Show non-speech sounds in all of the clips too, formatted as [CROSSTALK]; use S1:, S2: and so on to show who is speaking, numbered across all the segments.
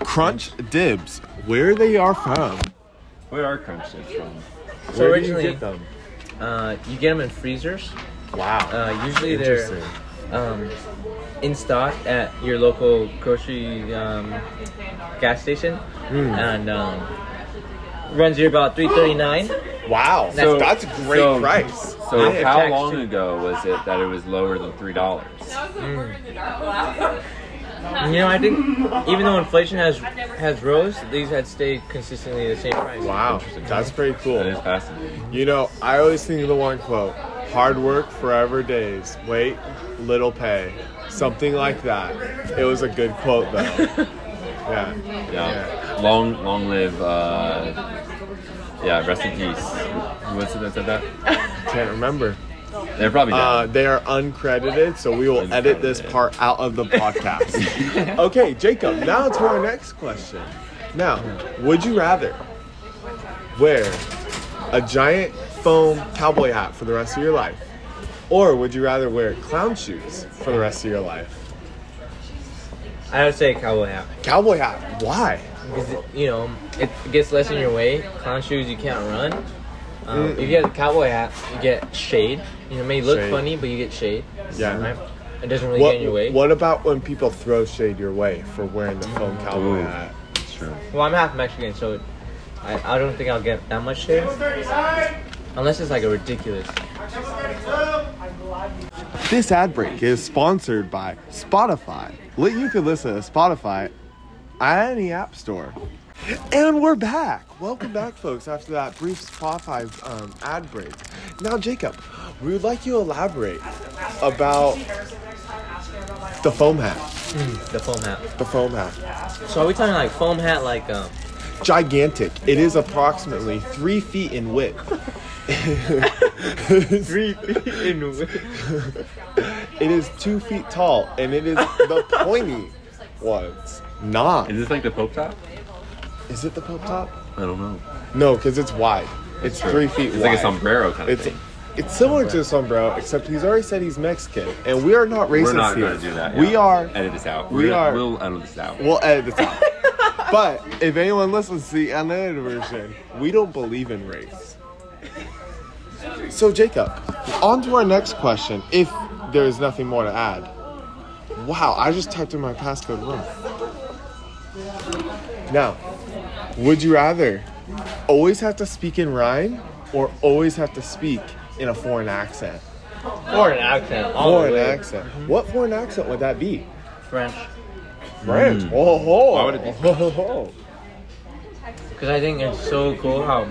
S1: Crunch Dibs, where they are from.
S2: Where are crunch dips from?
S3: So
S2: Where
S3: originally-
S2: do you get them?
S3: Uh, you get them in freezers.
S2: Wow.
S3: Uh, usually
S2: Interesting.
S3: they're um, in stock at your local grocery um, gas station,
S2: Hmm.
S3: and um, runs you about three thirty nine.
S1: Wow,
S3: So-
S1: that's a great
S2: so-
S1: price.
S2: So
S3: Yeah,
S2: how
S3: tax
S2: long
S3: too.
S2: ago was it that it was lower than three dollars?
S3: You know, I think even though inflation has has rose, these had stayed consistently the same price.
S1: Wow,
S2: Interesting.
S1: that's pretty
S2: That is
S1: cool.
S2: fascinating.
S1: You know, I always think of the one quote: "Hard work, forever days. Wait, little pay." Something like that. It was a good quote, though. yeah.
S2: Yeah. Long, long live. Uh, yeah. Rest in peace. Who was it that said that?
S1: Can't remember.
S2: They're probably dead.
S1: Uh, they are uncredited, so we will edit this
S2: Uncredited.
S1: part out of the [LAUGHS] podcast. okay, Jacob, now to our next question. Now, would you rather wear a giant foam cowboy hat for the rest of your life, or would you rather wear clown shoes for the rest of your life?
S3: I would say cowboy hat
S1: Cowboy hat, why?
S3: because you know it gets less in your way. Clown shoes you can't run. Um, If you get a cowboy hat, you get shade. You know, it may look
S1: Shade.
S3: funny, but you get shade.
S1: Yeah.
S3: Right? It doesn't really get in your way.
S1: What, what about when people throw shade your way for wearing the foam cowboy
S2: Ooh.
S1: hat?
S2: That's true.
S3: Well, I'm half Mexican, so it, I, I don't think I'll get that much shade. Unless it's like a ridiculous.
S1: This ad break is sponsored by Spotify. Li- You can listen to Spotify at any app store. And we're back. Welcome back, folks, after that brief Spotify um, ad break. Now, Jacob, we would like you to elaborate about the foam hat.
S3: The foam hat.
S1: The foam hat.
S3: So are we talking like foam hat, like um,
S1: Gigantic. It is approximately three feet in width.
S2: [LAUGHS]
S3: three in
S1: It is two feet tall, and it is the pointy ones. Not.
S2: Is this like the Pope top?
S1: Is it the Pope top?
S2: I don't know.
S1: No, because it's wide. It's three feet
S2: It's
S1: wide.
S2: like a sombrero kind of
S1: It's
S2: thing.
S1: it's similar to a sombrero, except he's already said he's Mexican, and we are not racist
S2: We're not
S1: here.
S2: going to do that.
S1: We
S2: yeah.
S1: are.
S2: Edit this out.
S1: we
S2: We're gonna-
S1: are-
S2: We'll edit this out.
S1: We'll edit this out. [LAUGHS] but if anyone listens to the unedited version, we don't believe in race. So Jacob, on to our next question. If there is nothing more to add. Wow, I just typed in my passcode wrong. Now, would you rather always have to speak in rhyme or always have to speak in a foreign accent?
S3: foreign accent. All
S1: Foreign
S3: the way.
S1: accent. What foreign accent would that be?
S3: French.
S1: French. Oh, ho.
S2: Why would it be
S1: Ho, ho.
S3: Because I think it's so cool how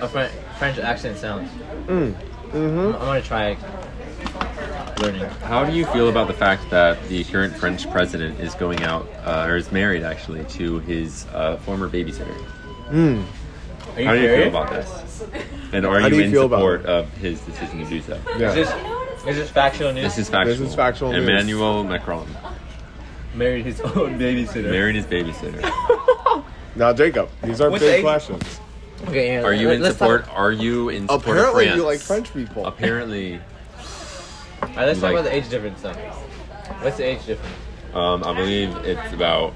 S3: a French French accent sounds.
S1: Mm-hmm.
S3: Mm. hmm I'm, I'm gonna try learning.
S2: How do you feel about the fact that the current French president is going out, uh, or is married actually, to his uh, former babysitter?
S3: Are you
S2: How do you feel
S3: married?
S2: about this? And are
S1: How do
S2: you,
S1: you
S2: in
S1: feel about
S2: support of his decision to do so?
S3: Is
S1: Yeah.
S3: this is this factual news?
S2: This is factual.
S1: This is factual news.
S2: Emmanuel Macron
S3: married his own babysitter.
S2: married
S1: [LAUGHS]
S2: his babysitter.
S1: Now, Jacob, these are
S3: What's
S1: big
S3: the-
S1: questions.
S3: Okay, yeah,
S2: Are you
S3: let-
S2: in
S3: let's talk-
S2: support? Are you in support
S1: Apparently,
S2: of France?
S1: you like French people.
S2: Apparently,
S3: All right, let's talk
S2: Like-
S3: about the age difference though. What's the age difference?
S2: um, I believe it's about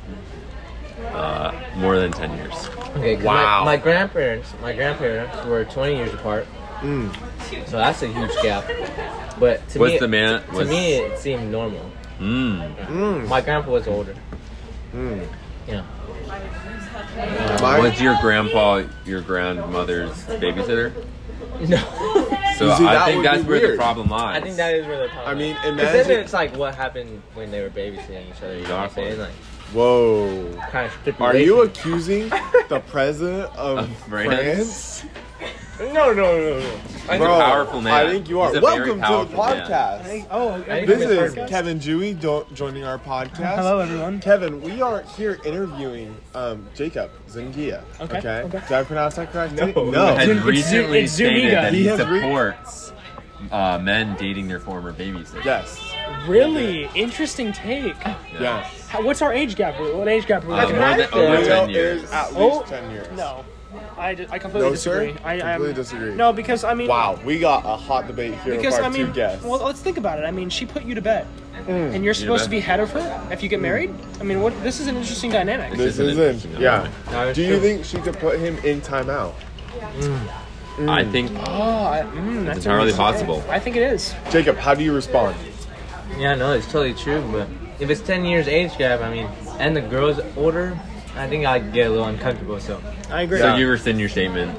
S2: uh, more than ten years.
S3: Okay, 'cause
S1: Wow.
S3: My, my grandparents, my grandparents were 20 years apart.
S1: Mm.
S3: So that's a huge gap. But to
S2: Was
S3: me,
S2: the man-
S3: to
S2: was-
S3: me, it seemed normal.
S2: Mm.
S3: My grandpa was older.
S1: Mm.
S3: Yeah. [LAUGHS]
S1: My-
S2: Was your grandpa your grandmother's babysitter?
S3: No,
S2: So
S1: You see, that
S2: I
S1: would
S2: think that's
S1: be
S2: where
S1: weird.
S2: the problem lies.
S3: I think that is where the problem.
S1: I mean,
S3: is. 'Cause
S1: imagine-
S3: then it's like what happened when they were babysitting each other. You know what I'm
S2: Exactly.
S3: saying? Like
S1: Whoa.
S3: kind of
S1: Are you
S3: A-
S1: [LAUGHS] accusing the president of
S2: Of
S1: France?
S2: France?
S3: no, no, no, no.
S2: He's a powerful man.
S1: I think you are.
S2: He's a very
S1: Welcome to the
S2: powerful man.
S1: podcast.
S4: Oh,
S3: I think
S1: This
S3: I've been
S1: is
S3: heard.
S1: Kevin Dewey do- joining our podcast.
S4: Hello, everyone.
S1: Kevin, we are here interviewing um, Jacob Zungia.
S4: Okay, okay.
S1: Did I pronounce that correctly?
S3: No.
S2: Had
S4: It's-
S2: recently
S4: it's
S2: stated
S4: Zuniga.
S2: that
S1: He
S2: he,
S1: has re-
S2: supports uh, men dating their former babysitter.
S1: Yes.
S4: Really interesting take.
S1: Yes.
S4: How, what's our age gap? What age gap? Are we
S2: Uh,
S4: looking
S2: more
S4: at?
S2: than- over
S1: Real
S2: 10 years.
S1: is at least
S4: Oh,
S1: 10 years.
S4: no. I, d- I completely
S1: No, sir?
S4: disagree. I I'm-
S1: Completely disagree.
S4: No, because I mean,
S1: Wow, we got a hot debate here
S4: Because
S1: with our
S4: I mean,
S1: two guests.
S4: well, let's think about it. I mean, she put you to bed,
S1: Mm.
S4: and you're supposed to
S2: bed.
S4: be head of her if you get married. I mean, what? This is an interesting dynamic.
S1: this
S2: Isn't
S1: is
S2: it?
S1: it. Yeah.
S3: No, it's
S1: Do you
S3: true.
S1: think she could put him in timeout?
S2: I think
S4: Oh, I, mm, that's
S2: entirely
S4: interesting.
S2: possible.
S4: I think it is.
S1: Jacob, how do you respond?
S3: Yeah, no, it's totally true. But if it's ten years age gap, I mean, and the girl's older, I think I'd get a little uncomfortable. So
S4: I agree.
S2: so.
S1: Yeah.
S2: You rescind your statement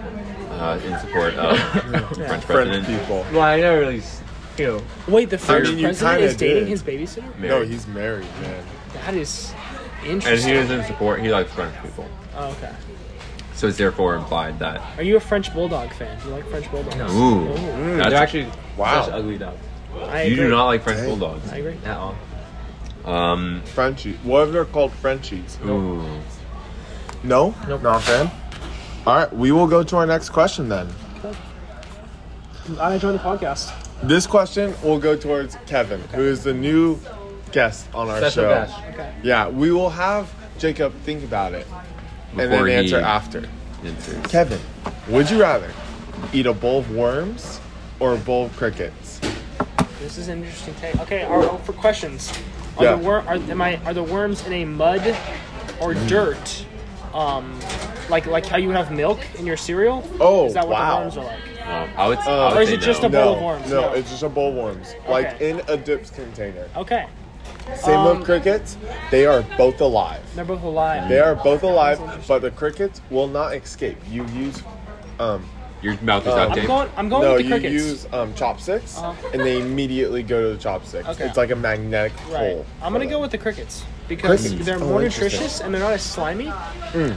S2: uh, in support of the French
S1: French
S2: president.
S1: people.
S3: well, I never really, s- you know,
S4: Wait, the French
S1: mean, you
S4: president
S1: kinda
S4: is dating
S1: did.
S4: his babysitter.
S1: No,
S2: married.
S1: he's married, man.
S4: That is
S2: and
S4: interesting.
S2: he was in support. He likes French people,
S4: oh, okay.
S2: so it's therefore implied that
S4: Are you a French bulldog fan? Do you like French bulldogs?
S3: No.
S2: Ooh.
S4: Ooh.
S1: Hmm.
S2: That's-
S3: they're actually
S1: Wow.
S3: such ugly dogs
S4: I
S2: you do
S4: agree.
S2: not like French
S1: Dang.
S2: bulldogs.
S4: I agree.
S3: at all.
S2: Um,
S1: Frenchie. What if they're called Frenchies?
S2: ooh.
S1: No?
S3: Nope.
S1: Not a fan? All right, we will go to our next question then.
S4: I enjoy the podcast.
S1: This question will go towards Kevin, who is the new guest on our
S3: Special
S1: show.
S3: guest.
S4: Okay.
S1: Yeah, we will have Jacob think about it and then
S2: Before he
S1: answer after.
S2: inserts.
S1: Kevin, would you rather eat a bowl of worms or a bowl of crickets?
S4: This is an interesting take. Okay, are, for questions, are
S1: Yeah.
S4: the wor- are, am I, are the worms in a mud or
S1: Mm.
S4: dirt? Um, like like how you have milk in your cereal?
S1: Oh,
S4: is that what
S1: wow.
S4: the worms are like?
S2: Um, I would,
S1: Uh,
S2: I would
S1: or
S4: is
S2: say
S4: it just
S2: no.
S4: a bowl
S1: no,
S4: of worms,
S1: No,
S4: no.
S1: it's just a bowl of worms, like
S4: Okay.
S1: in a dips container.
S4: Okay,
S1: Same
S4: Um,
S1: with crickets; they are both alive.
S4: they're both alive.
S1: They are both alive, but the crickets will not escape. You use, um,
S2: Your mouth is
S1: Uh,
S2: out,
S4: I'm
S2: Dave.
S4: going. I'm going
S1: no,
S4: with the
S1: you
S4: crickets.
S1: use um, chopsticks,
S4: Uh-huh.
S1: and they immediately go to the chopsticks.
S4: Okay.
S1: It's like a magnetic
S4: right.
S1: pull.
S4: I'm
S1: for
S4: gonna
S1: them.
S4: go with the crickets because
S1: Crickets?
S4: they're
S1: Oh,
S4: more
S1: interesting. Hmm.
S4: nutritious and they're not as slimy.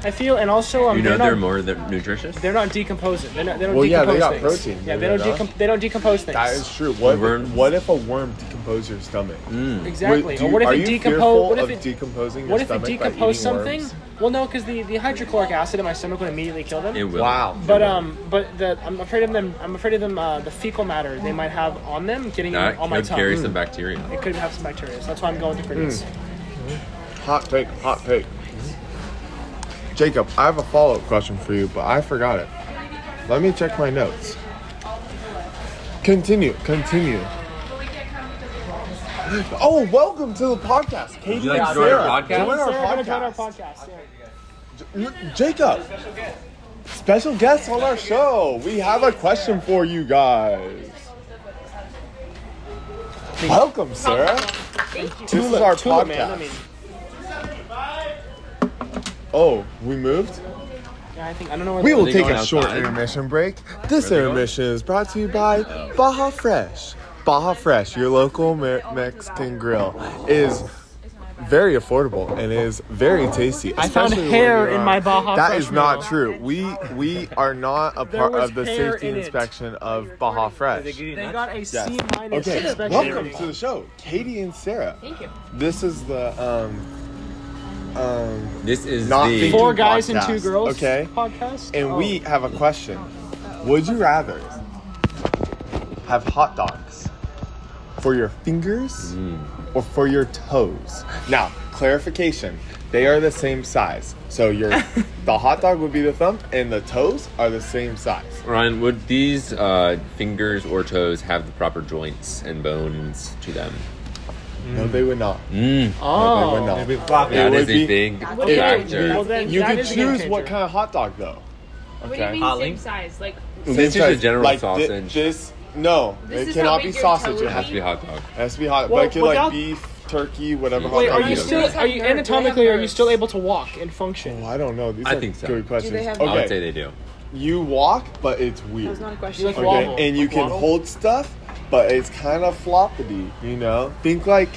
S4: I feel, and also um,
S2: You know
S4: they're not
S2: they're more than nutritious.
S4: they're not decomposing. They're not, they don't
S1: Well, yeah,
S4: decompose
S1: they got
S4: things.
S1: protein,
S4: Yeah,
S1: do
S4: they
S1: they
S4: don't
S1: not?
S4: decom- they don't decompose things.
S1: That is true. What if,
S2: Worms.
S1: what if a worm decomposes your stomach?
S4: exactly.
S1: Wait, do
S4: or
S1: you-
S4: what if
S1: are
S4: it
S1: you
S4: decompose? What
S1: fearful
S4: if
S1: of
S4: it
S1: decomposing your
S4: What if it
S1: stomach by eating
S4: decomposed something?
S1: worms?
S4: Well, no, because the, the hydrochloric acid in my stomach would immediately kill them.
S2: It will.
S1: Wow.
S4: But um, but the I'm afraid of them. I'm afraid of them. Uh, the fecal matter they might have on them getting
S2: That
S4: on my
S2: could
S4: tongue.
S2: carry some bacteria.
S4: It could have some bacteria. So that's why I'm going with the
S1: Mm.
S4: crickets.
S1: Hot take, hot take. Jacob, I have a follow up question for you, but I forgot it. Let me check my notes. Continue, continue. Oh, welcome to the podcast. Katie
S2: you like
S1: and
S2: to join
S1: Sarah.
S2: our podcast?
S1: Join our
S4: Sarah, gonna join our
S1: podcast.
S4: podcast, yeah.
S1: N- Jacob, special guest on our show. We have a question for you guys. Welcome, Sarah. This is our podcast.
S4: Tulip, man. I mean,
S1: Oh, we moved?
S4: yeah, I think I don't know where.
S1: We
S4: the-
S1: will
S2: they
S1: take
S2: going
S1: a short
S2: outside?
S1: intermission break. This
S2: they going?
S1: intermission is brought to you by Baja Fresh. Baja Fresh, your local Me- Mexican grill, is very affordable and is very tasty.
S4: I found
S1: especially when
S4: hair
S1: you're
S4: in
S1: on-
S4: my Baja
S1: That
S4: Fresh
S1: is not
S4: meal.
S1: true. We we are not a part
S4: was
S1: of the
S4: hair
S1: safety
S4: in it.
S1: inspection of Baja Fresh.
S4: They got a C
S1: Yes.
S4: minus.
S1: Okay,
S4: inspection
S1: welcome
S4: rating.
S1: to the show, Katie and Sarah.
S5: Thank you.
S1: This is the um um
S2: This is
S1: Not
S2: the.
S1: thinking.
S4: Four guys and two
S1: Podcast,
S4: girls.
S1: okay.
S4: Podcast.
S1: And
S4: Oh.
S1: we have a question. Would you rather have hot dogs for your fingers
S2: Mm.
S1: or for your toes? Now, clarification. They are the same size. So
S2: [LAUGHS]
S1: your the hot dog would be the thumb and the toes are the same size.
S2: Ryan, would these uh, fingers or toes have the proper joints and bones to them?
S1: No, they would not.
S2: Mm.
S1: No, they
S4: Oh.
S1: would not.
S3: They'd be floppy.
S1: It
S2: That
S1: would
S2: is a
S1: be-
S2: big
S5: Would it-
S2: factor.
S4: Well, then
S1: You
S4: that
S1: could
S4: is a game
S1: choose what
S4: changer.
S1: kind of hot dog though.
S5: What do you mean
S3: Hot
S5: same
S3: link?
S5: size? Like
S2: This is
S1: Same
S2: a
S1: size.
S2: general
S1: like thi-
S2: sausage.
S1: this no,
S5: This
S1: it
S5: is
S1: cannot
S5: how
S1: be
S5: big your
S1: sausage.
S5: toe
S1: It
S5: would
S1: has
S2: has
S1: to
S2: to be hot dog.
S1: It has to be hot,
S4: Well,
S1: but it could
S4: without-
S1: like beef, turkey, whatever.
S2: Mm.
S1: hot
S4: Wait,
S1: dog
S4: are you
S1: is.
S4: still
S5: They
S4: are you
S5: have nerves.
S4: anatomically are you still
S5: They have
S4: able to walk and function?
S1: Well, I don't know. These
S2: I
S1: are
S2: think so.
S1: good questions.
S5: Do they have-
S2: I would say
S1: okay,
S2: they do.
S1: you walk, but it's
S5: that
S1: weird.
S5: was not a
S4: You like
S5: question.
S1: okay,
S4: waddle.
S1: and you can
S4: Waddle?
S1: hold stuff, but it's kind of floppity. You know, think like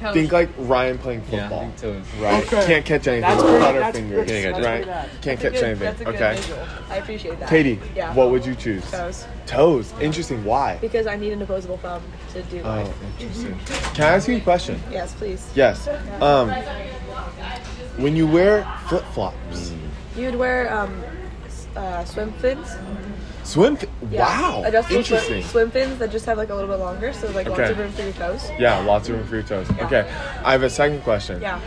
S5: Toes.
S1: think like Ryan playing
S3: Yeah, I
S1: football.
S3: think toes.
S1: Right,
S4: Okay.
S1: can't catch anything.
S4: That's
S1: with
S4: pretty-
S1: her
S4: that's
S1: fingers.
S4: pretty-
S2: that's
S1: right,
S4: pretty bad.
S1: can't
S5: Good,
S1: catch anything.
S5: That's a good
S1: okay,
S5: visual. I appreciate that.
S1: Katie,
S5: Yeah.
S1: what would you choose?
S5: Toes.
S1: Toes. Interesting. Why?
S5: Because I need an opposable thumb to do
S1: Oh,
S5: life.
S1: interesting.
S5: mm-hmm.
S1: Can I ask you a question?
S5: Yes, please.
S1: Yes. Um, when you wear flip flops,
S5: You'd wear um, s- uh, swim fins.
S1: Swim. Fi-
S5: Yeah.
S1: Wow.
S5: Adjustable swim-
S1: Interesting.
S5: swim fins that just have like a little bit longer, so like lots
S1: Okay.
S5: of room for your toes.
S1: Yeah, lots of room for your toes. Okay, I have a second question.
S5: Yeah.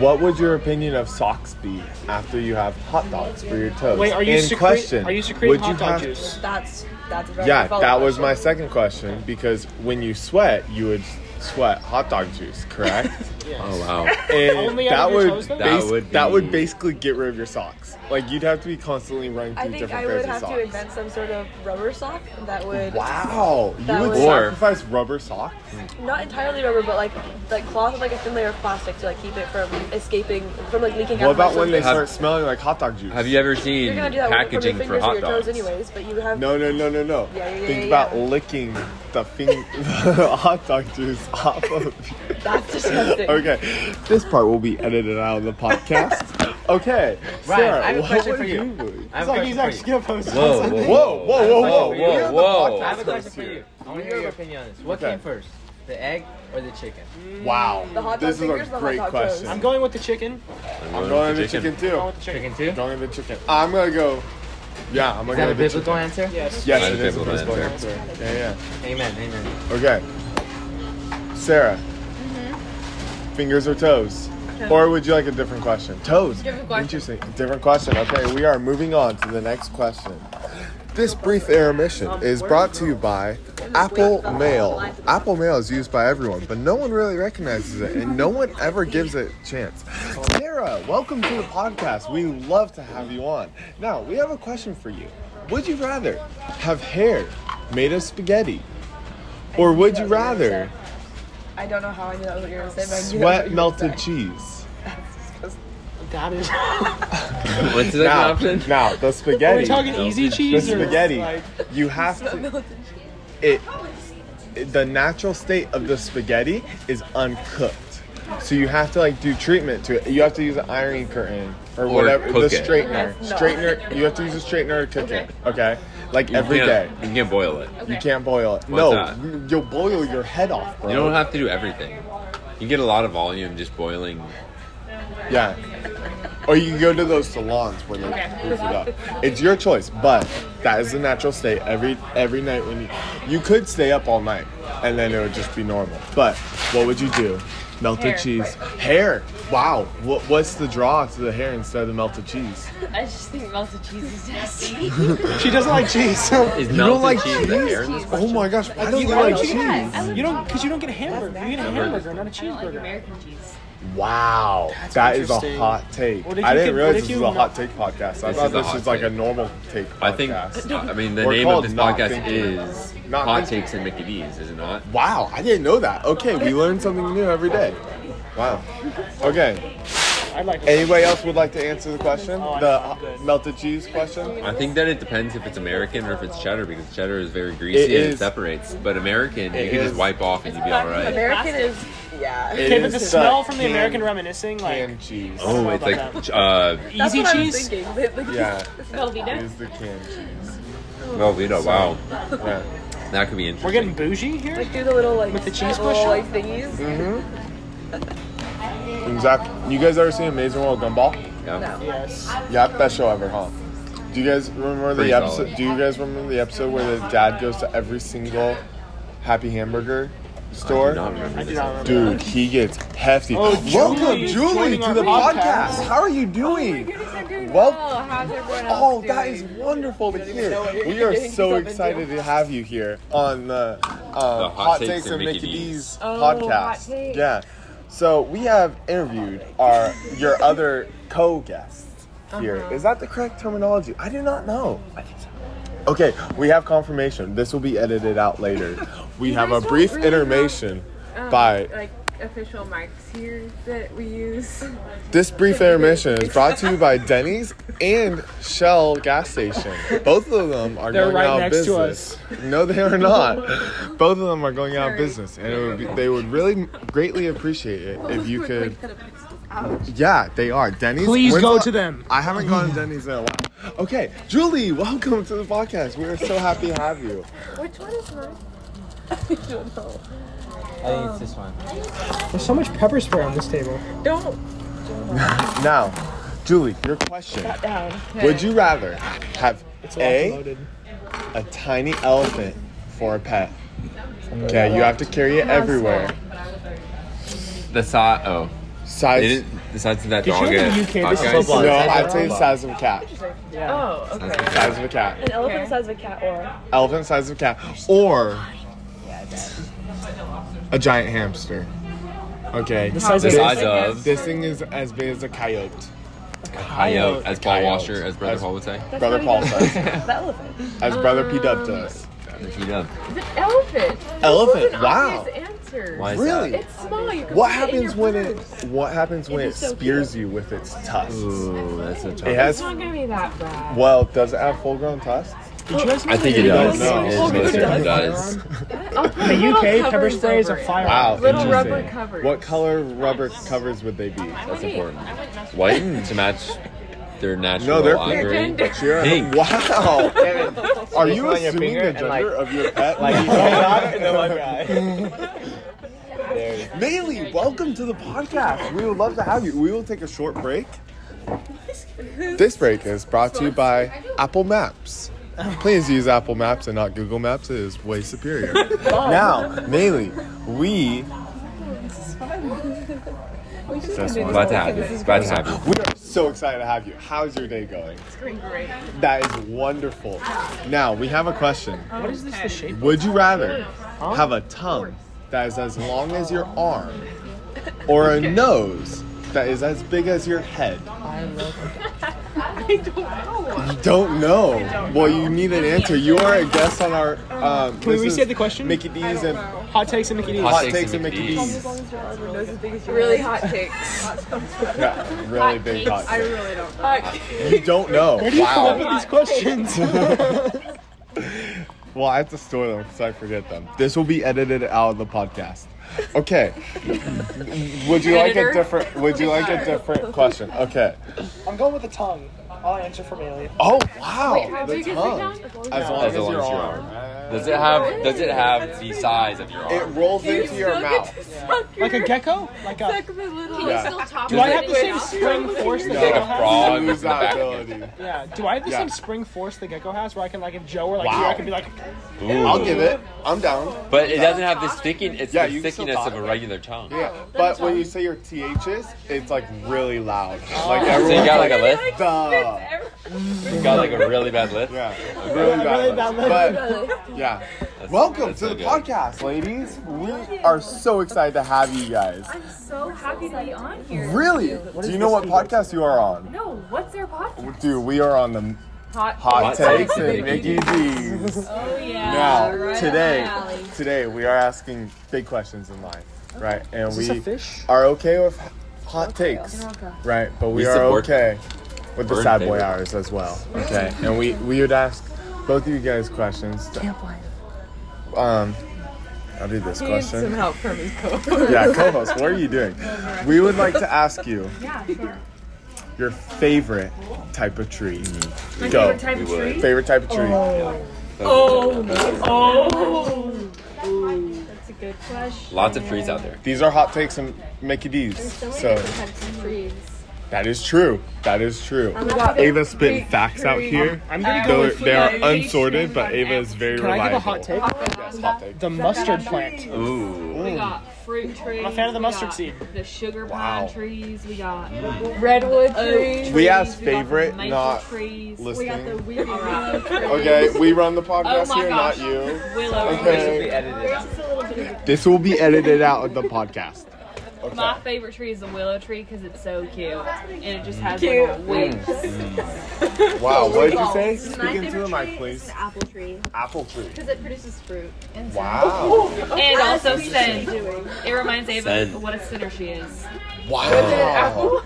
S1: What would your opinion of socks be after you have hot dogs for your toes?
S4: Wait, are you
S1: And
S4: secre-
S1: question,
S4: are you secreting
S1: would
S4: hot
S1: you
S4: dog
S1: have-
S4: juice?
S5: That's that's. a direct
S1: Yeah,
S5: follow-up
S1: that was
S5: question.
S1: my second question because when you sweat, you would sweat hot dog juice, correct?
S4: Yes.
S2: Oh wow.
S1: and
S4: [LAUGHS] Only
S1: that
S4: out of your
S1: would
S4: toes, though?
S1: bas-
S2: That would
S1: that would
S2: be-
S1: basically get rid of your socks. Like you'd have to be constantly running through
S5: I think
S1: different
S5: I
S1: pairs
S5: would
S1: of
S5: have
S1: socks.
S5: to invent some sort of rubber sock that would
S1: Wow, you
S5: That
S1: would
S5: would-
S2: Or-
S1: sacrifice rubber socks?
S5: not entirely rubber, but like like cloth with like a thin layer of plastic to like keep it from escaping from like leaking out.
S1: What
S5: of my
S1: about when
S5: swim
S1: they
S5: fins.
S2: Have-
S1: start smelling like hot dog juice?
S2: [LAUGHS] Have you ever
S5: You're
S2: seen
S5: gonna do that
S2: packaging
S5: from your
S2: for
S5: fingers
S2: hot
S5: to your toes
S2: dogs?
S5: anyways, but you have
S1: No, no, no, no, no.
S5: Yeah, yeah,
S1: Think
S5: yeah,
S1: about
S5: yeah.
S1: licking the fing- [LAUGHS] the hot dog juice off of.
S5: that's disgusting.
S1: Okay, this part will be edited out of the
S3: [LAUGHS]
S1: podcast. Okay,
S3: Ryan,
S1: Sarah,
S3: I have a
S1: what
S3: question
S1: would
S3: for you.
S1: do?
S3: I have
S1: It's
S3: a
S1: like he's
S3: question
S1: actually
S3: for
S1: gonna post
S2: Whoa,
S1: on something.
S2: whoa,
S1: Whoa, whoa, whoa, whoa,
S2: whoa,
S1: We are the
S2: whoa.
S1: podcast
S3: I have a question
S1: host
S3: for
S1: here.
S3: you. I want to hear your opinion on this. What
S1: Okay.
S3: came first, the egg or the chicken?
S1: Wow,
S5: The hot dog
S1: this is
S5: fingers or the
S1: a
S5: hot
S1: great
S5: dog
S1: question.
S5: toes?
S4: I'm going with the chicken.
S1: I'm going
S2: with
S1: to chicken too.
S4: I'm going with the chicken.
S3: Chicken too? Is
S1: Going to chicken. I'm gonna go. Yeah, I'm gonna
S3: that
S1: go
S3: a
S1: with the
S3: biblical
S1: chicken.
S3: answer?
S4: Yes.
S1: Yes,
S2: That
S1: it
S2: is
S1: is a
S2: a biblical
S1: biblical answer. Yeah, yeah.
S3: Amen. Amen.
S1: Okay, Sarah, fingers or Mm-hmm. toes? Or would you like a different question? Toes.
S5: Different question.
S1: Interesting. Different question. Okay, we are moving on to the next question. This brief intermission is brought to you by Apple Mail. Apple Mail is used by everyone, but no one really recognizes it, and no one ever gives it a chance. Sarah, welcome to the podcast. We love to have you on. Now, we have a question for you. Would you rather have hair made of spaghetti, or would you rather
S5: I don't know how I knew that was what you were gonna say, but I knew
S1: sweat
S5: that was what you were
S1: melted
S5: gonna say.
S1: cheese?
S4: That is.
S2: What's the
S1: now,
S2: option?
S1: now the
S4: Are
S1: spaghetti.
S4: we talking easy
S1: the
S4: cheese or
S1: spaghetti.
S4: Like,
S1: you have
S5: Sweat
S1: to.
S5: melted cheese.
S1: It, it- The natural state of the spaghetti is uncooked, so you have to like do treatment to it. You have to use an iron curtain or, whatever
S2: cook
S1: the
S2: it.
S1: straightener.
S5: That's not-
S1: Straightener. You have to use a straightener to cook it. Okay, like every
S2: you
S1: day.
S2: can't, You can't boil it.
S1: You can't boil it.
S2: Why
S1: no,
S2: not?
S1: you- you'll boil your head off, bro.
S2: You don't have to do everything. You get a lot of volume just boiling.
S1: Yeah. Or you can go to those salons where they goof it up. It's your choice, but that is the natural state every every night when you you could stay up all night and then it would just be normal. But what would you do? Melted
S5: Hair.
S1: cheese. Hair. Wow. What what's the draw to the hair instead of the melted cheese?
S6: [LAUGHS] I just think melted cheese is nasty.
S4: she doesn't like
S1: [LAUGHS]
S2: Is
S4: cheese.
S1: You don't
S2: melted
S1: like
S2: cheese the hair in this
S1: Oh my gosh, I don't
S4: you
S1: you
S4: like
S1: like
S4: cheese?
S1: cheese.
S6: I
S4: You don't, because you don't get a hamburger. You get a hamburger, not a
S6: I don't like
S4: cheeseburger.
S6: American cheese.
S1: Wow. that is a
S4: interesting.
S1: hot take.
S4: What if
S1: I
S4: you
S1: didn't
S4: could-
S1: realize
S4: what if
S1: this
S4: you
S1: was a hot
S4: not-
S1: take podcast. I thought
S2: This is a
S1: this
S2: hot
S1: was like a
S2: take.
S1: normal take podcast.
S2: I think. I mean, the
S1: We're
S2: name of
S1: called
S2: this
S1: Not
S2: podcast
S1: Thinking.
S2: is
S1: Not
S2: Hot
S1: Thinking.
S2: Takes and Mickey D's, is it not?
S1: Wow, I didn't know that. Okay, we learn something new every day. Wow. Okay.
S4: I'd like to.
S1: Anybody else would like to answer the question?
S4: Oh, I-
S1: the
S4: I'm good.
S1: melted cheese question?
S2: I think that it depends if it's American or if it's cheddar because cheddar is very greasy and
S1: is.
S2: it separates. But American,
S1: It
S2: you can
S1: is.
S2: just wipe off and you'd be all right.
S5: American is yeah.
S4: [LAUGHS] Okay, but the smell from the American reminiscing, like
S1: canned cheese.
S2: Oh, it's like uh,
S5: That's
S4: easy
S5: what I was
S4: cheese.
S5: thinking, but, like,
S1: Yeah, it
S6: Velveeta.
S1: is the canned cheese.
S2: Velveeta. Wow,
S1: Yeah.
S2: that could be interesting.
S4: We're getting bougie here.
S5: [LAUGHS] Like do the little like
S4: With the cheese
S5: little,
S4: pusher?
S5: like thingies.
S1: Mm-hmm. Exactly. You guys ever seen Amazing World Gumball?
S2: Yeah.
S5: No.
S4: Yes.
S1: Yeah, best show ever, huh? Do you guys remember
S2: Pretty
S1: the episode?
S2: solid.
S1: Do you guys remember the episode where the dad goes to every single Happy Hamburger store?
S2: I do not remember
S4: I do
S2: this.
S4: not remember.
S1: Dude, he gets hefty.
S4: Oh,
S1: Welcome,
S4: Julie,
S1: Julie,
S4: joining
S1: to
S4: our
S1: the podcast.
S4: podcast.
S1: How are you doing?
S6: well.
S1: Well,
S6: How's everyone else
S1: oh,
S6: doing?
S1: that is wonderful to hear.
S5: know what you're
S1: We are
S5: getting
S1: so
S5: yourself
S1: excited
S5: into.
S1: to have you here on the, uh,
S2: The
S1: Hot, Takes, and Mickey D's, podcast.
S6: Oh, Hot Takes.
S1: Yeah. So we have interviewed our your other co-guests here.
S6: Uh-huh.
S1: Is that the correct terminology? I do not know. Okay, we have confirmation. This will be edited out
S6: [LAUGHS]
S1: later. We have a
S6: guys don't
S1: brief
S6: really know, Oh,
S1: intermission by
S6: Um, like official mics here that we [LAUGHS] use.
S1: This brief intermission is brought to you by Denny's and Shell gas station. Both of them are
S4: They're
S1: going
S4: right
S1: out of
S4: next to
S1: business. No, they are not. Both of them are going out of
S6: Sorry.
S1: business, and it would be, they would really greatly appreciate it if you could.
S5: [LAUGHS]
S6: Ouch.
S1: Yeah, they are. Denny's.
S4: Please
S1: when's
S4: go
S1: the-
S4: to them.
S1: I haven't gone to Denny's in a while. Okay, Julie, [LAUGHS] welcome to the podcast. We are so happy to have you.
S6: Which one is mine?
S3: I think it's this one.
S4: There's so much pepper spray on this table.
S5: Don't
S1: Now, Julie, your question.
S5: down.
S1: Would you rather have
S4: It's a
S1: a
S4: lot loaded.
S1: a tiny elephant for a pet? Okay, you have to carry it everywhere.
S2: The saw. Oh, they
S1: Size?
S2: didn't. The size of that
S4: Did you
S2: dog.
S4: know in the
S2: is-
S4: UK this is
S2: Hawkeye
S4: so
S1: No,
S4: long?
S1: I'd say size of a cat.
S4: Yeah.
S5: Oh, okay.
S1: Size of a cat.
S5: An elephant
S6: Okay.
S5: the size of a cat or
S1: Elephant size of a cat, or a giant hamster. Okay.
S4: The size
S2: The
S4: of
S2: size of
S1: This thing is as big as a coyote.
S2: coyote, as Paul
S1: Coyote.
S2: Washer, as Brother
S1: As-
S2: Paul would say.
S5: That's
S1: Brother
S5: not
S1: Paul
S5: even-
S1: says.
S5: [LAUGHS] the elephant.
S1: As Brother P Dub does.
S2: He does.
S6: The elephant.
S1: Elephant,
S6: This was an
S1: wow.
S6: obvious answer.
S2: Why is
S1: Really?
S2: that?
S6: It's small. You can
S1: What
S6: put
S1: happens
S6: it in your
S1: when it
S6: purse.
S1: What happens when
S5: It'd
S1: it
S5: be so
S1: spears you with its tusks?
S2: Ooh, that's a tough.
S1: It has.
S6: It's not gonna be that bad.
S1: Well, does it have full-grown tusks?
S4: Did you guys know
S2: I think
S4: that
S2: it
S1: don't
S2: does.
S1: know.
S2: It
S1: Oh,
S2: most
S5: it
S2: certainly
S1: does.
S2: does.
S6: I'll put
S4: the
S6: little
S4: UK pepper
S6: covers
S4: spray is a
S6: over it.
S4: firearm.
S1: Wow.
S6: Little
S1: interesting.
S6: rubber covers.
S1: What color rubber covers would they be?
S2: That's important. White to match their
S1: No,
S2: natural
S1: they're
S2: ivory.
S6: Gender.
S1: Sure. [LAUGHS]
S2: Pink.
S1: Wow. Are you
S7: on your
S1: assuming
S7: finger
S1: the
S7: and,
S1: gender
S7: like-
S1: of your [LAUGHS] pet?
S3: [LAUGHS]
S7: Like [LAUGHS] you
S1: now?
S7: don't got it, no I
S1: Maylee, welcome to the podcast. We would love to have you. We will take a short break. This break is brought to you by Apple Maps. Please use Apple Maps and not Google Maps. It is way
S6: [LAUGHS]
S1: superior. now, Maylee, we
S2: That's one. Glad to have you. Glad to have you.
S1: we are so excited to have you. How's your day going?
S6: It's going great.
S1: That is wonderful. Now we have a question.
S4: What is this? The shape?
S1: Would you rather have a tongue that is as long as your arm or a nose that is as big as your head? [LAUGHS] I don't know. You don't know. Well, you need an answer. You are a guest on our. Um,
S4: Can we
S1: this is
S4: restate the question?
S1: Mickey D's and
S4: Hot takes and Mickey D's.
S1: Hot Takes and Mickey D's.
S6: Really hot
S5: [LAUGHS]
S6: takes.
S1: Yeah, really big hot
S6: I
S1: takes.
S6: really
S1: You don't
S6: don't. Know.
S1: know.
S4: Where do you come
S1: Wow.
S4: up with these questions?
S1: [LAUGHS] Well, I have to store them because I forget them. This will be edited out of the podcast. Okay. would you like a
S6: Editor.
S1: different? Would you like a different question? Okay.
S4: I'm going with the tongue. I'll answer for Amelia.
S1: Oh wow.
S6: How
S1: the
S6: big is the
S1: tongue.
S6: tongue?
S1: As long as, your, arm.
S2: Does it have? Does it have the size of your
S1: It
S2: arm?
S1: rolls
S6: You
S1: into your
S6: still get
S1: mouth.
S6: to suck
S4: Like a
S6: your-
S4: gecko? Like a.
S6: suck the little.
S1: Yeah. still
S4: Do I have the same spring force that
S1: No.
S4: gecko
S2: Like a frog.
S4: has?
S2: Frog in the
S1: Lose that
S2: back.
S1: ability.
S4: Yeah. Do I have the
S1: Yeah.
S4: same spring force the gecko has? Where I can like, if Joe or like
S1: Wow.
S4: you, I can be like,
S2: Ooh.
S1: I'll give it. I'm down.
S2: But it doesn't have the sticking. It's
S1: Yeah,
S2: the
S1: you can still
S2: stickiness
S1: talk
S2: of a
S1: about it.
S2: regular tongue.
S1: Yeah.
S5: that's
S1: But when
S5: fine.
S1: you say your ths, it's like really loud. Like
S2: So you
S1: everyone's
S2: got like
S1: like,
S2: a lift.
S1: duh.
S2: You got like a really bad lift.
S1: Yeah. Really
S4: Really
S1: bad.
S4: bad
S1: lips.
S4: lips.
S1: But
S5: Really?
S1: Yeah. Welcome
S2: that's
S1: to the
S2: so good.
S1: podcast, ladies. We are so excited to have you guys.
S6: I'm so happy to be on here.
S1: Really? Do you know what podcast you are on?
S6: No, what's their podcast?
S1: Dude, we are on the
S6: Hot,
S1: Hot
S2: Takes
S1: Takes and
S2: and
S1: Mickey D's.
S6: Oh yeah.
S1: Now,
S6: right up my
S1: today,
S6: alley.
S1: today we are asking big questions in life, right? And
S4: is this a
S1: we
S4: fish?
S1: are okay with hot takes, right? But we
S2: We
S1: are
S2: support-
S1: okay with the
S2: we're in
S1: sad boy
S2: favor.
S1: hours as
S6: [LAUGHS]
S1: well, okay? And we we would ask both of you guys questions. to- Um, I'll do this
S6: He needs
S1: question.
S6: some help from his co
S1: [LAUGHS]
S6: [LAUGHS]
S1: Yeah, co-host, what are you doing? We would like to ask you
S6: Yeah, sure.
S1: your favorite type of tree.
S6: My
S1: Go.
S6: favorite type of
S2: We
S6: Oh.
S2: would.
S6: tree.
S1: Favorite type of tree.
S2: Oh,
S6: That's a good question.
S2: Lots of trees out there.
S1: These are hot takes and Mickey D's. So
S6: types of trees.
S1: that is true. That is true. Ava spitting facts out here.
S4: I'm gonna go.
S1: Though
S4: With,
S1: they are unsorted, but Ava is very
S4: can I
S1: reliable.
S4: give a hot take?
S1: Yes, hot take. Oh Mm.
S4: The mustard plant.
S2: Ooh.
S8: We got fruit trees.
S4: I'm a fan of the
S8: we
S4: mustard
S8: got
S4: seed.
S8: The sugar
S1: Wow.
S8: pine trees. We got
S6: Redwood trees.
S1: We
S8: got
S1: asked favorite,
S8: the maple
S1: not
S8: trees.
S6: We got the
S1: listening.
S6: weird
S8: Alright.
S1: Okay, we run the
S8: Oh
S1: podcast
S8: my
S1: here, not
S8: gosh.
S1: you.
S8: Willow.
S1: Okay. This will be edited out of the podcast.
S8: My favorite tree is the willow tree because it's so cute and it just has
S6: Cute.
S8: like wigs.
S1: Wow, what did you say?
S9: My
S1: Speak into
S9: favorite
S1: the mic,
S9: tree is
S1: please.
S9: an apple tree
S1: Apple tree.
S9: because it produces fruit. And
S1: Wow.
S8: and also scent.
S9: doing.
S8: It reminds Ava
S2: Scent.
S8: of what a sinner she is.
S1: [LAUGHS] Wow.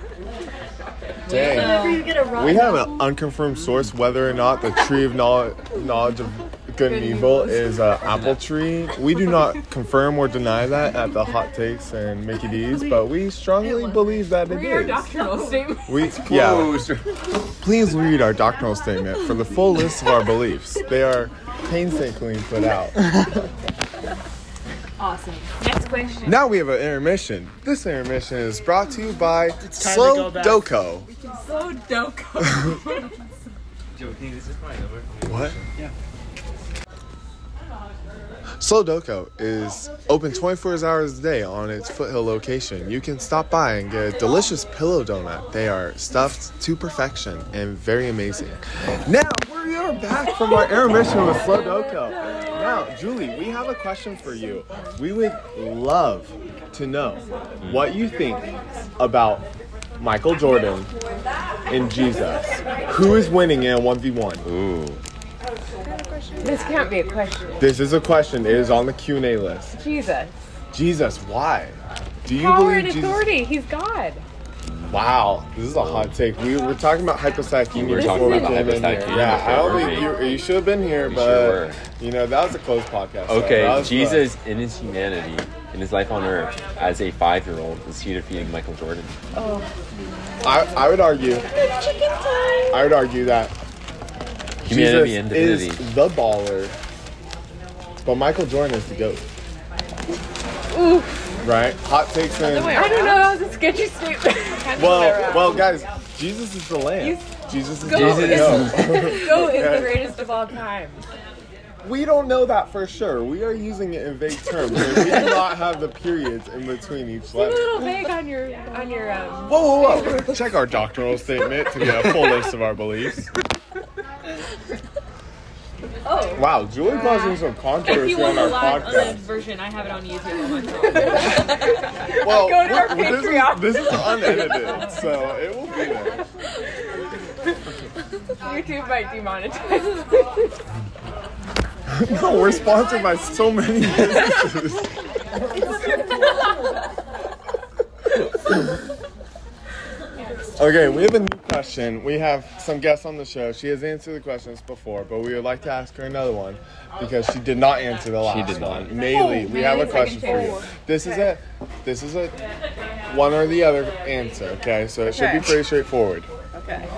S1: Dang.
S9: Whenever you get a rock,
S1: We have an unconfirmed source whether or not the tree of knowledge, knowledge of good and evil is an apple tree. We do not confirm or deny that at the hot takes and Mickey D's, but we strongly believe that it
S6: We are
S1: is.
S6: doctrinal statements.
S1: We, yeah. Please read our doctrinal statement for the full list of our beliefs. They are painstakingly put out.
S8: Awesome. Next
S6: question.
S1: Now we have an intermission. This intermission is brought to you by
S4: It's time to
S1: Slow
S4: go back.
S1: Doko.
S6: So doko.
S1: What? Yeah. Slow Doko is open 24 hours a day on its foothill location. You can stop by and get a delicious pillow donut. They are stuffed to perfection and very amazing. Now, we are back from our intermission with Slow Doko. Now, Julie, we have a question for you. We would love to know what you think about Michael Jordan and Jesus. Who is winning in a 1v1?
S2: Ooh.
S6: this can't be a question.
S1: This is a question. It is on the Q and A list.
S6: Jesus.
S1: Jesus, why? Do you
S6: Power
S1: believe
S6: and
S1: Jesus?
S6: authority. He's God.
S1: Wow, this is a hot take. We were talking about hypostachy.
S2: We were
S6: talking about
S2: hypostachy.
S1: Yeah, I don't
S2: Sure
S1: think
S2: were.
S1: you, you should have been here,
S2: We sure
S1: but you know that was a closed podcast. so that
S2: Okay,
S1: was
S2: Jesus in his humanity, in his life on earth, as a five year old, is he defeating Michael Jordan?
S1: fun. I, I would argue. I would argue that
S2: Humanity
S1: Jesus
S2: and
S1: is
S2: divinity.
S1: the baller, but Michael Jordan is the goat. Right? Hot takes and
S6: I don't know. That was a sketchy
S8: [LAUGHS]
S6: statement.
S1: well, well, guys, Jesus is the lamb. Jesus is the
S6: Goat
S2: is-
S6: [LAUGHS]
S1: goat.
S6: Go is the greatest of all time.
S1: We don't know that for sure. We are using it in vague terms. and we do not have the periods in between each
S6: Be a
S1: letter.
S6: little vague on your on your um.
S1: Whoa, whoa, whoa! Check our doctrinal statement to get a full list of our beliefs.
S5: Oh.
S1: Wow, Julie causing some
S8: If
S1: controversy
S8: you want
S1: on
S8: the
S1: our
S8: live unedited
S1: podcast.
S8: version, I have it on YouTube on my phone.
S1: Well,
S6: Go to our
S1: we- this,
S6: Patreon.
S1: is, this is unedited, so it will be there.
S6: YouTube might demonetize.
S1: [LAUGHS] No, we're sponsored by so many businesses. okay, we have a new question. We have some guests on the show. She has answered the questions before, but we would like to ask her another one because she did not answer the last
S2: did not.
S1: one. Maylee, we have a question for you. This is a this is a one or the other answer, okay? So it should be
S6: Okay.
S1: pretty straightforward.
S6: okay.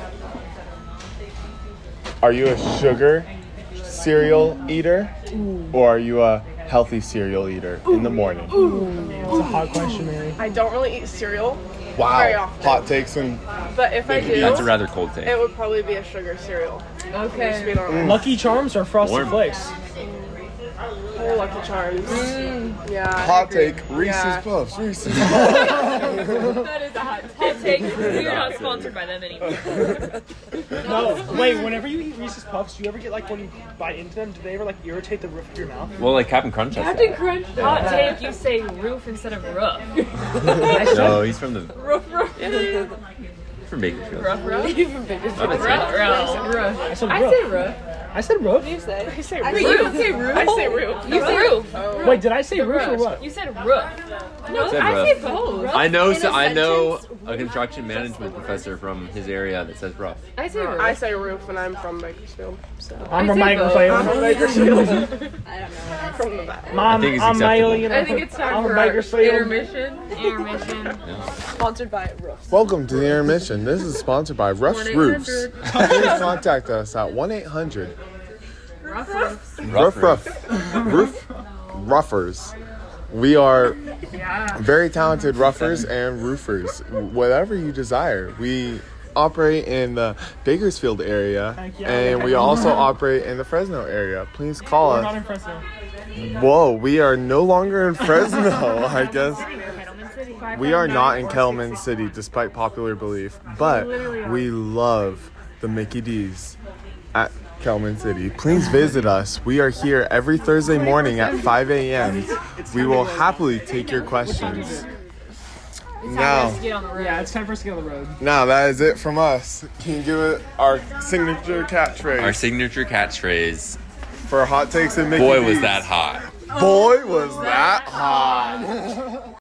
S1: Are you a sugar cereal eater or are you a healthy cereal eater in the morning?
S4: It's a hot question, Mary.
S9: I don't really eat cereal,
S1: Wow.
S9: Very often.
S1: Hot takes and
S9: but if I do,
S2: That's a rather cold take.
S9: it would probably be a sugar cereal. To be
S6: Okay.
S9: honest.
S4: Lucky Charms or Frosted
S2: Warm.
S4: Flakes?
S9: Or Lucky Charms. Yeah. I
S1: hot
S9: agree.
S1: take Reese's
S9: Yeah.
S1: Puffs. Reese's Puffs.
S9: [LAUGHS]
S6: That is a hot
S8: Hot take, we are not sponsored by them anymore.
S4: No, wait. Whenever you eat Reese's Puffs, do you ever get like when you bite into them? Do they ever like irritate the roof of your mouth?
S2: Well, like Captain Crunch. has that.
S6: crunch.
S8: Hot take, you say roof instead of
S6: [LAUGHS]
S8: roof.
S2: No, he's from the
S6: Ruff, ruff.
S2: from Bakersfield.
S8: Ruff, ruff.
S6: Even bigger.
S8: Ruff, ruff.
S6: Ruff.
S4: I said
S6: I
S4: roof.
S6: say ruff.
S4: I said roof.
S5: You say. [LAUGHS]
S9: I say
S6: Wait,
S9: root.
S6: you don't say roof.
S9: I say root.
S8: You say roof.
S4: Wait, did I say roof or what?
S8: You said roof.
S6: No,
S2: Said
S6: I say
S2: ruff. [LAUGHS]
S6: both.
S2: I know.
S5: In a
S2: So I know
S5: sentence,
S2: a construction management professor from his area that says rough.
S6: I say
S9: I
S6: roof.
S9: say roof, and I'm from Bakersfield. So
S4: I'm
S6: I
S4: a
S6: say
S4: microphone.
S9: I'm Bakersfield.
S5: I don't know.
S9: from the back.
S4: Mom,
S2: think it's
S4: I'm
S2: acceptable.
S4: Miley, and
S6: I think it's time
S4: I'm
S6: for
S4: a
S6: our
S4: microphone.
S6: intermission.
S8: Intermission.
S6: [LAUGHS]
S5: Sponsored by Roofs.
S1: Welcome to the intermission. This is sponsored by Ruff's Roofs.
S6: 1-800.
S1: Please contact us at 1 800
S6: Ruff, ruff.
S1: Ruff Ruff Roof Ruffers. We are
S6: Yeah.
S1: very talented ruffers and roofers. Whatever you desire. We operate in the Bakersfield area and we also operate in the Fresno area. Please call
S4: We're not
S1: us.
S4: in Fresno.
S1: Whoa, we are no longer in Fresno, [LAUGHS] I guess. We are not in Kelman City despite popular belief, but we love the Mickey D's at Kelman City. Please visit us. We are here every Thursday morning at 5 a.m. We will happily take your questions. Now,
S8: Get on the roof.
S4: Yeah, it's time for us to get on the road.
S1: now that is it from us. Can you give it our signature
S2: Our
S1: catchphrase
S2: signature catchphrase.
S1: for hot takes and Mickey
S2: Boy,
S1: D's?
S2: was that hot.
S1: Boy, was that hot.